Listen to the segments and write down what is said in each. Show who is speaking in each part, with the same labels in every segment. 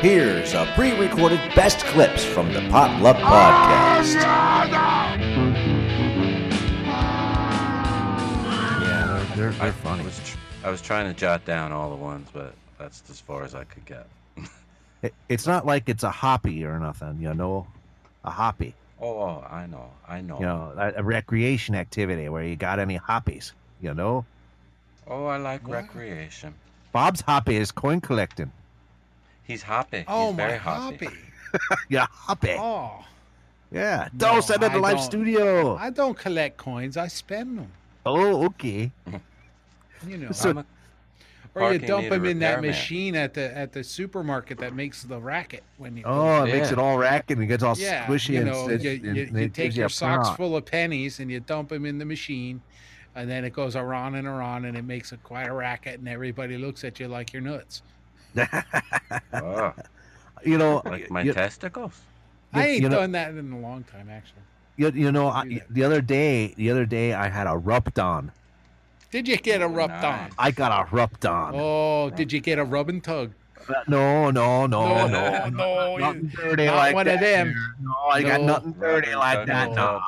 Speaker 1: Here's a pre recorded best clips from the Pot Love Podcast.
Speaker 2: Yeah,
Speaker 3: They're,
Speaker 2: I
Speaker 3: they're funny.
Speaker 2: Was tr- I was trying to jot down all the ones, but that's as far as I could get.
Speaker 3: It- it's not like it's a hoppy or nothing, you know, a hoppy,
Speaker 2: Oh, I know, I know.
Speaker 3: you know, a, a recreation activity where you got any hoppies, you know.
Speaker 2: Oh, I like recreation.
Speaker 3: Bob's hobby is coin collecting.
Speaker 2: He's hoppy.
Speaker 4: Oh
Speaker 2: He's
Speaker 4: my
Speaker 2: very hoppy.
Speaker 4: hobby.
Speaker 3: yeah, hoppy.
Speaker 4: Oh,
Speaker 3: yeah.
Speaker 4: No,
Speaker 3: Don't send it
Speaker 4: I
Speaker 3: to live
Speaker 4: don't.
Speaker 3: studio.
Speaker 4: I don't collect coins. I spend them.
Speaker 3: oh, okay.
Speaker 4: You know,
Speaker 3: So-
Speaker 2: I'm a-
Speaker 4: or you
Speaker 2: Parking
Speaker 4: dump
Speaker 2: meter
Speaker 4: them in that
Speaker 2: repairman.
Speaker 4: machine at the at the supermarket that makes the racket when you.
Speaker 3: Oh, it makes
Speaker 2: Yeah.
Speaker 3: it all rack and it gets all
Speaker 4: yeah,
Speaker 3: squishy
Speaker 4: you
Speaker 3: and
Speaker 4: know,
Speaker 3: it's-
Speaker 4: you,
Speaker 3: it-
Speaker 4: you,
Speaker 3: it
Speaker 4: you
Speaker 3: gives
Speaker 4: take
Speaker 3: you a
Speaker 4: your socks
Speaker 3: prompt.
Speaker 4: full of pennies and you dump them in the machine, and then it goes around and around and it makes a quite a racket and everybody looks at you like you're nuts.
Speaker 2: Oh,
Speaker 3: you know,
Speaker 2: like my
Speaker 3: you-
Speaker 2: testicles.
Speaker 3: You-
Speaker 4: I ain't
Speaker 3: you know-
Speaker 4: done that in a long time, actually.
Speaker 3: you, you know, I,
Speaker 4: do that.
Speaker 3: the other day, the other day, I had a rubbed on.
Speaker 4: Did you get a
Speaker 2: Oh,
Speaker 4: rubbed
Speaker 2: nice.
Speaker 3: I got a rubbed
Speaker 4: on?
Speaker 3: on.
Speaker 4: Oh, did you get a rub and tug?
Speaker 3: No, no, no, no, no,
Speaker 4: No, no, you-
Speaker 3: nothing dirty
Speaker 4: not
Speaker 3: like
Speaker 4: one
Speaker 3: that.
Speaker 4: of them.
Speaker 3: there. No, I got
Speaker 4: No.
Speaker 3: nothing dirty
Speaker 2: Rubber
Speaker 3: like that.
Speaker 2: ducky.
Speaker 3: No,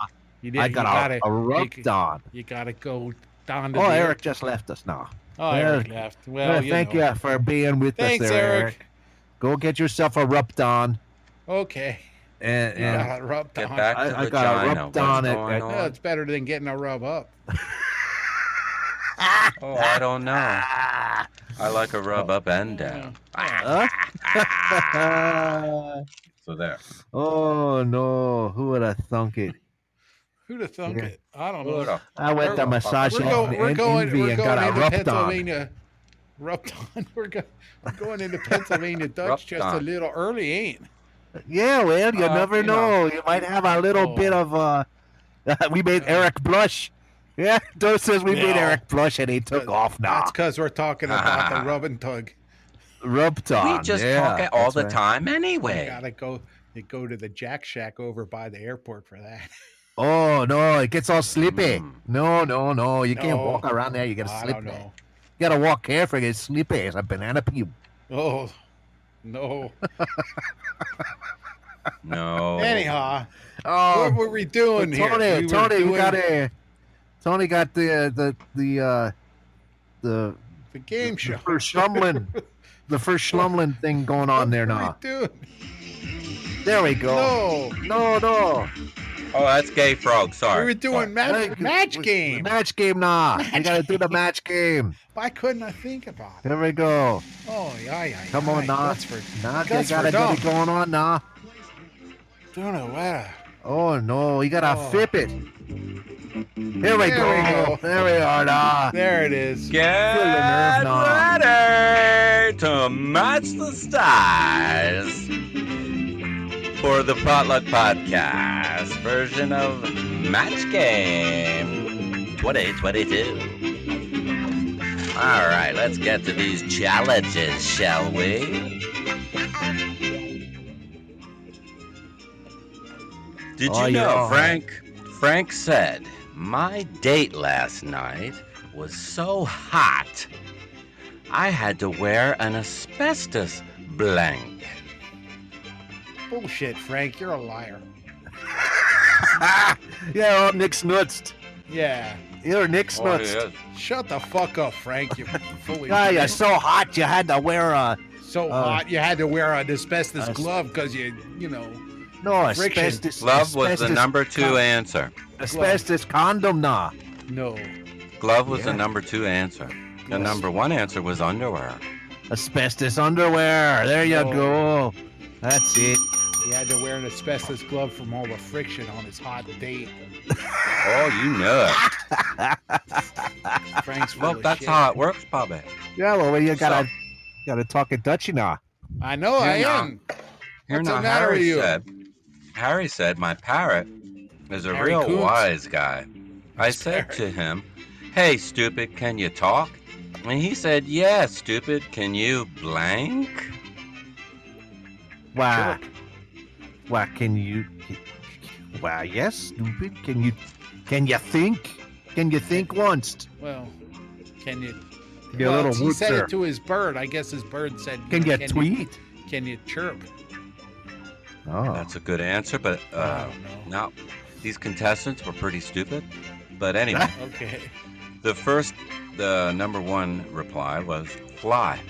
Speaker 4: You
Speaker 3: I
Speaker 4: you
Speaker 3: got a,
Speaker 4: gotta-
Speaker 3: a rubbed
Speaker 4: you,
Speaker 3: on.
Speaker 4: you gotta go down to
Speaker 3: Oh,
Speaker 4: the
Speaker 3: Eric just left us now.
Speaker 4: Oh,
Speaker 3: Eric.
Speaker 4: Eric left. Well,
Speaker 3: Well,
Speaker 4: you
Speaker 3: thank
Speaker 4: know.
Speaker 3: you for being with
Speaker 4: Thanks,
Speaker 3: us there,
Speaker 4: Eric.
Speaker 3: Eric. Go get yourself a rubbed on.
Speaker 4: Okay.
Speaker 3: And,
Speaker 4: You
Speaker 3: and
Speaker 4: got a rub
Speaker 2: Get
Speaker 4: down.
Speaker 2: back
Speaker 3: I-
Speaker 2: to
Speaker 3: I got a
Speaker 2: vagina.
Speaker 3: rubbed
Speaker 2: What's
Speaker 3: on it.
Speaker 2: going
Speaker 3: I-
Speaker 4: No,
Speaker 2: on?
Speaker 4: it's better than getting a rub up.
Speaker 2: Oh, I don't know.
Speaker 3: Ah.
Speaker 2: I like a rub up
Speaker 4: Mm.
Speaker 2: and down.
Speaker 4: Ah.
Speaker 2: So there.
Speaker 3: oh no, who would have thunk it?
Speaker 4: Who'd have thunk
Speaker 3: Yeah.
Speaker 4: it? I don't
Speaker 2: What
Speaker 4: know.
Speaker 2: a-
Speaker 3: I went to
Speaker 2: We're
Speaker 3: massage
Speaker 4: We're,
Speaker 2: Actually,
Speaker 4: go,
Speaker 3: and
Speaker 4: we're going.
Speaker 3: envy
Speaker 4: We're
Speaker 3: and
Speaker 4: going
Speaker 3: got a
Speaker 4: into
Speaker 3: rubbed on.
Speaker 4: Pennsylvania. Rubbed on. We're, go, we're going into Pennsylvania Dutch
Speaker 2: Rubbed
Speaker 4: just a
Speaker 2: on.
Speaker 4: little early, ain't?
Speaker 3: Yeah, well, you
Speaker 2: Uh,
Speaker 3: never
Speaker 2: you
Speaker 3: know.
Speaker 2: know.
Speaker 3: You might have a little
Speaker 4: Oh.
Speaker 3: bit of. uh We made
Speaker 4: Uh,
Speaker 3: Eric blush. Yeah, Dose says we made
Speaker 4: No.
Speaker 3: Eric blush and he took
Speaker 4: That-
Speaker 3: off now.
Speaker 4: That's because we're talking about
Speaker 2: Ah.
Speaker 4: the rub and tug.
Speaker 3: Rubbed on.
Speaker 2: We just
Speaker 3: yeah,
Speaker 2: talk it all
Speaker 3: that's
Speaker 2: the
Speaker 3: right.
Speaker 2: time
Speaker 4: You
Speaker 2: anyway.
Speaker 4: gotta go. You go to the Jack Shack over by the airport for that.
Speaker 3: Oh no, it gets all sleepy.
Speaker 2: Mm.
Speaker 3: No, no, no. You can't
Speaker 4: No.
Speaker 3: walk around there. You gotta
Speaker 4: I
Speaker 3: sleep.
Speaker 4: don't
Speaker 3: there.
Speaker 4: know.
Speaker 3: You gotta walk careful. It's sleepy. It's a banana peel.
Speaker 4: Oh no.
Speaker 2: No.
Speaker 4: Anyhow,
Speaker 3: Oh,
Speaker 4: what were we doing
Speaker 3: Tony,
Speaker 4: here? We were
Speaker 3: Tony, you
Speaker 4: doing
Speaker 3: got a. Tony got the the the uh, the
Speaker 4: the game show.
Speaker 3: The first Schlumlin, the first Schlumlin thing going on there
Speaker 4: What are we
Speaker 3: now.
Speaker 4: doing?
Speaker 3: There we go. No,
Speaker 4: No,
Speaker 3: no.
Speaker 2: Oh, that's gay frog. Sorry.
Speaker 4: we were
Speaker 2: Sorry.
Speaker 4: doing match, match game.
Speaker 3: Match game now. We gotta do the match game.
Speaker 4: Why couldn't I think about it?
Speaker 3: There we go.
Speaker 4: Oh, yeah, yeah.
Speaker 3: Come on now.
Speaker 4: That's for
Speaker 3: Now they
Speaker 4: That's
Speaker 3: got it
Speaker 4: for dumb.
Speaker 3: going on now.
Speaker 4: doing a letter.
Speaker 3: Oh no, you gotta
Speaker 4: Oh.
Speaker 3: flip it. Here we
Speaker 4: There
Speaker 3: go.
Speaker 4: we go.
Speaker 3: There we are now.
Speaker 4: There it is.
Speaker 2: Get
Speaker 3: knob.
Speaker 2: ready to match the stars for the Potluck Podcast version of Match Game 2022. All right, let's get to these challenges, shall we? Did
Speaker 3: Oh,
Speaker 2: you know,
Speaker 3: yeah.
Speaker 2: Frank? Frank said, My date last night was so hot, I had to wear an asbestos blank.
Speaker 4: Bullshit, Frank. You're a liar.
Speaker 3: yeah, well, Nick Snutzed.
Speaker 4: Yeah.
Speaker 3: You're
Speaker 2: Oh,
Speaker 3: Nick Snutzed.
Speaker 4: Shut the fuck up, Frank. You fully.
Speaker 3: yeah, you're so hot you had to wear a
Speaker 4: So
Speaker 3: Uh,
Speaker 4: hot. You had to wear an asbestos
Speaker 3: asbestos.
Speaker 4: glove because you, you know.
Speaker 3: no
Speaker 4: Friction.
Speaker 3: asbestos.
Speaker 2: Glove was the
Speaker 3: asbestos-
Speaker 2: number two answer.
Speaker 3: Asbestos condom now.
Speaker 4: No.
Speaker 2: Glove was the
Speaker 3: Yeah.
Speaker 2: number two answer. The
Speaker 4: Yes.
Speaker 2: number one answer was underwear.
Speaker 3: Asbestos underwear. There you
Speaker 4: Oh.
Speaker 3: go. That's it.
Speaker 4: He had to wear an asbestos glove from all the friction on his hot date.
Speaker 2: Oh, you know it.
Speaker 4: Frank's full
Speaker 2: Well,
Speaker 4: of
Speaker 2: that's
Speaker 4: Oh, shit.
Speaker 2: how it works, Bobby.
Speaker 3: Yeah, well, you gotta
Speaker 2: So-
Speaker 3: gotta talk in Dutchy now.
Speaker 4: I know I
Speaker 2: You're not.
Speaker 4: am.
Speaker 2: Here
Speaker 4: What's
Speaker 2: now,
Speaker 4: the matter
Speaker 2: Harry
Speaker 4: with you?
Speaker 2: said. Harry said, "My parrot is a
Speaker 4: Harry
Speaker 2: real
Speaker 4: Coons.
Speaker 2: wise guy." I said to him, "Hey, stupid, can you talk?" And he said, "Yeah, stupid, can you blank?"
Speaker 3: Wow. Wow, can you? Wow, yes, stupid. Can you? Can you think? Can you think once?
Speaker 4: Well, can you?
Speaker 3: You
Speaker 4: well,
Speaker 3: little
Speaker 4: he said
Speaker 3: wootzer.
Speaker 4: it to his bird. I guess his bird said,
Speaker 3: Can you
Speaker 4: can
Speaker 3: tweet?
Speaker 4: You, Can you chirp?
Speaker 3: Oh,
Speaker 2: That's a good answer, but uh,
Speaker 4: I don't know.
Speaker 2: no, these contestants were pretty stupid. But anyway,
Speaker 4: Okay.
Speaker 2: the first, the number one reply was fly.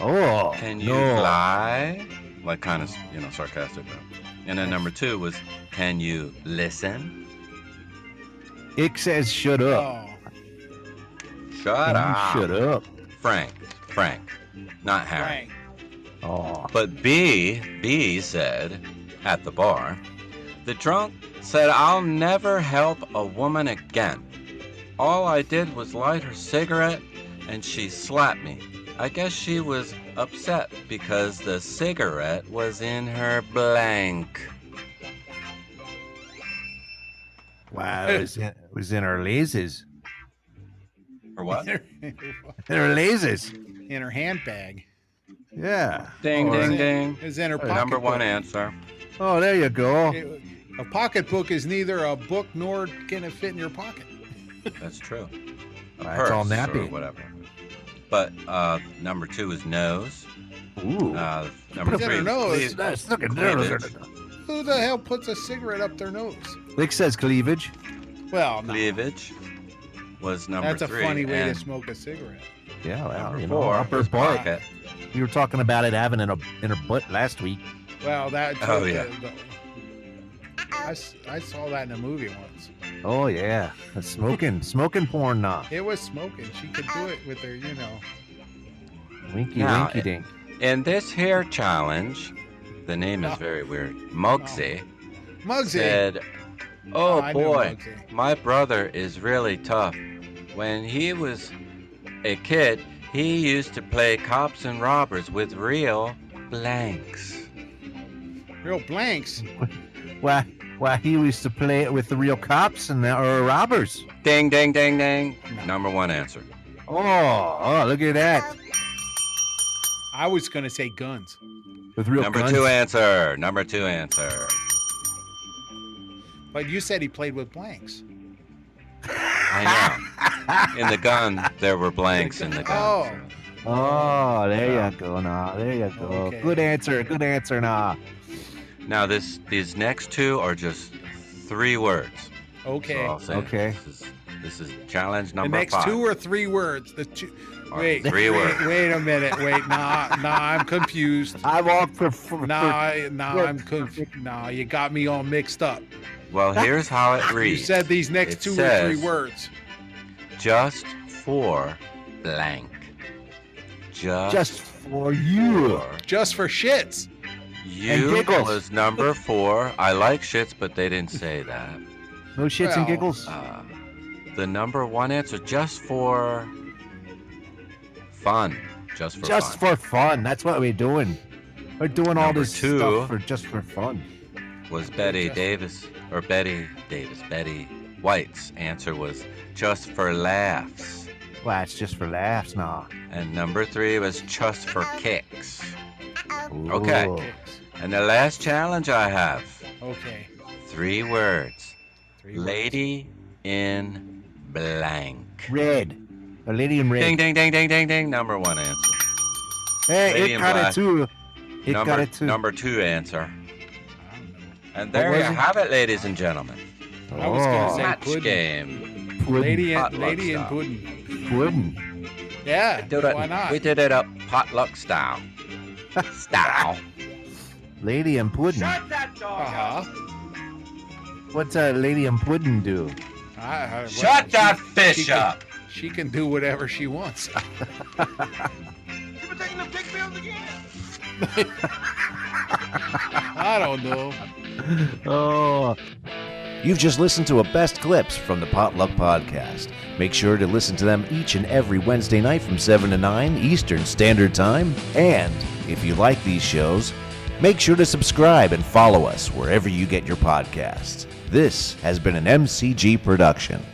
Speaker 3: oh,
Speaker 2: Can you
Speaker 3: no.
Speaker 2: fly? Like kind of, you know, sarcastic. Though. And then number two was, can you listen?
Speaker 3: Ick says shut up.
Speaker 4: Oh,
Speaker 3: Can
Speaker 2: Shut
Speaker 3: you
Speaker 2: up,
Speaker 3: shut up.
Speaker 2: Frank. Frank, not Harry.
Speaker 4: Frank.
Speaker 3: Oh,
Speaker 2: But B, B said at the bar, the drunk said, I'll never help a woman again. All I did was light her cigarette and she slapped me. I guess she was upset because the cigarette was in her blank.
Speaker 3: wow, it was in, it was in her laces.
Speaker 2: Or what?
Speaker 3: In her laces.
Speaker 4: in her handbag.
Speaker 3: Yeah.
Speaker 2: ding,
Speaker 3: Or-
Speaker 2: ding, ding.
Speaker 4: It was in her pocket.
Speaker 2: Number one answer.
Speaker 3: Oh, there you go.
Speaker 4: A pocketbook is neither a book nor can it fit in your pocket.
Speaker 2: That's true. A
Speaker 3: Well, it's all
Speaker 2: purse or
Speaker 3: nappy.
Speaker 2: whatever. But uh, number two is nose.
Speaker 3: Ooh.
Speaker 2: Uh, number
Speaker 4: It's in her
Speaker 2: three,
Speaker 4: nose.
Speaker 2: please- uh,
Speaker 3: That's looking
Speaker 2: Cleavage.
Speaker 4: Who the hell puts a cigarette up their nose?
Speaker 3: Lick says cleavage.
Speaker 4: Well, no.
Speaker 2: cleavage was number
Speaker 4: that's a
Speaker 2: three.
Speaker 4: funny way to
Speaker 2: and
Speaker 4: smoke a cigarette.
Speaker 3: Yeah, well,
Speaker 2: number
Speaker 3: you know,
Speaker 2: four
Speaker 3: upper
Speaker 2: was
Speaker 3: butt.
Speaker 2: pocket.
Speaker 3: We were talking about it having in a in her butt last week.
Speaker 4: Well, that.
Speaker 2: Oh, yeah.
Speaker 4: the- I, s- I saw that in a movie once.
Speaker 3: Oh yeah, That's smoking, smoking porn now.
Speaker 4: It was smoking. She could do it with her, you know.
Speaker 3: Winky,
Speaker 2: Now,
Speaker 3: winky, dink.
Speaker 2: In this hair challenge, the name is
Speaker 4: Oh.
Speaker 2: very weird. Mugsy
Speaker 4: Muggsy.
Speaker 2: said, "Oh
Speaker 4: I knew
Speaker 2: boy,
Speaker 4: Muggsy.
Speaker 2: my brother is really tough. When he was a kid, he used to play cops and robbers with real blanks."
Speaker 4: Real blanks.
Speaker 3: Why, why he used to play it with the real cops and the, or robbers.
Speaker 2: Ding, ding, ding, ding. Number one answer.
Speaker 3: Oh, oh, look at that
Speaker 4: I was going to say guns.
Speaker 3: with real
Speaker 2: number
Speaker 3: guns.
Speaker 2: two answer. Number two answer.
Speaker 4: But you said he played with blanks.
Speaker 2: I know. in the gun, there were blanks in the gun.
Speaker 4: Oh.
Speaker 3: Oh, there you go now. There you go.
Speaker 4: Okay.
Speaker 3: Good answer. Good answer now.
Speaker 2: Now this these next two are just three words. So
Speaker 4: Okay.
Speaker 2: I'll say
Speaker 3: Okay.
Speaker 2: This is, this is challenge
Speaker 4: the
Speaker 2: Oh, number
Speaker 4: next
Speaker 2: five.
Speaker 4: two or three words. The two,
Speaker 2: or
Speaker 4: wait,
Speaker 2: three
Speaker 4: wait,
Speaker 2: words.
Speaker 4: wait a minute. Wait, nah, nah, I'm confused.
Speaker 3: I'm all for. for
Speaker 4: Nah, I- nah,
Speaker 3: Word.
Speaker 4: I'm confused. Nah, you got me all mixed up.
Speaker 2: Well, here's how it
Speaker 4: You
Speaker 2: reads.
Speaker 4: said these next
Speaker 2: It
Speaker 4: two or
Speaker 2: says-
Speaker 4: three words.
Speaker 2: just for blank. Just,
Speaker 3: just for you.
Speaker 2: for
Speaker 4: Just for shits.
Speaker 2: you
Speaker 3: giggles.
Speaker 2: was number four. I like shits, but they didn't say that.
Speaker 3: No shits
Speaker 4: Well,
Speaker 3: and giggles.
Speaker 2: Uh, the number one answer just for fun. Just for
Speaker 3: just
Speaker 2: fun.
Speaker 3: for fun. That's what we're doing. We're doing all
Speaker 2: Number
Speaker 3: this
Speaker 2: two.
Speaker 3: stuff for just for fun.
Speaker 2: was Betty
Speaker 4: Just-
Speaker 2: Davis or Betty Davis, Betty White's answer was just for laughs.
Speaker 3: Well, it's just for laughs now.
Speaker 2: And number three was just for kicks. Okay.
Speaker 3: Ooh.
Speaker 2: And the last challenge I have
Speaker 4: Okay.
Speaker 2: three words
Speaker 4: Three
Speaker 2: Lady in Blank.
Speaker 3: Red. A lady in red.
Speaker 2: Ding, ding, ding, ding, ding, ding. Number one answer.
Speaker 3: Hey,
Speaker 2: Lady
Speaker 3: it
Speaker 2: in
Speaker 3: got
Speaker 2: black.
Speaker 3: it too. It
Speaker 2: number,
Speaker 3: got it too.
Speaker 2: number two answer.
Speaker 4: words. I don't know.
Speaker 3: What
Speaker 2: And there
Speaker 3: was
Speaker 2: you
Speaker 3: it?
Speaker 2: have it, ladies and gentlemen.
Speaker 4: I was gonna
Speaker 3: Oh,
Speaker 4: say
Speaker 2: Match
Speaker 4: pudding.
Speaker 2: game.
Speaker 3: pudding.
Speaker 4: Lady
Speaker 2: Hot
Speaker 4: and
Speaker 2: log
Speaker 4: lady and
Speaker 2: style.
Speaker 4: pudding.
Speaker 3: pudding.
Speaker 4: Yeah.
Speaker 2: Do it-
Speaker 4: Why not?
Speaker 2: We did it up potluck style. style.
Speaker 3: Lady and pudding.
Speaker 4: Uh-huh.
Speaker 3: What's a lady and pudding do?
Speaker 4: I- I-
Speaker 2: Shut
Speaker 4: well,
Speaker 2: that fish
Speaker 4: she can-
Speaker 2: up.
Speaker 4: She can do whatever she wants. I don't know.
Speaker 3: Oh,
Speaker 1: You've just listened to a best clips from the Potluck Podcast. Make sure to listen to them each and every Wednesday night from 7 to 9 Eastern Standard Time. And if you like these shows, make sure to subscribe and follow us wherever you get your podcasts. This has been an MCG production.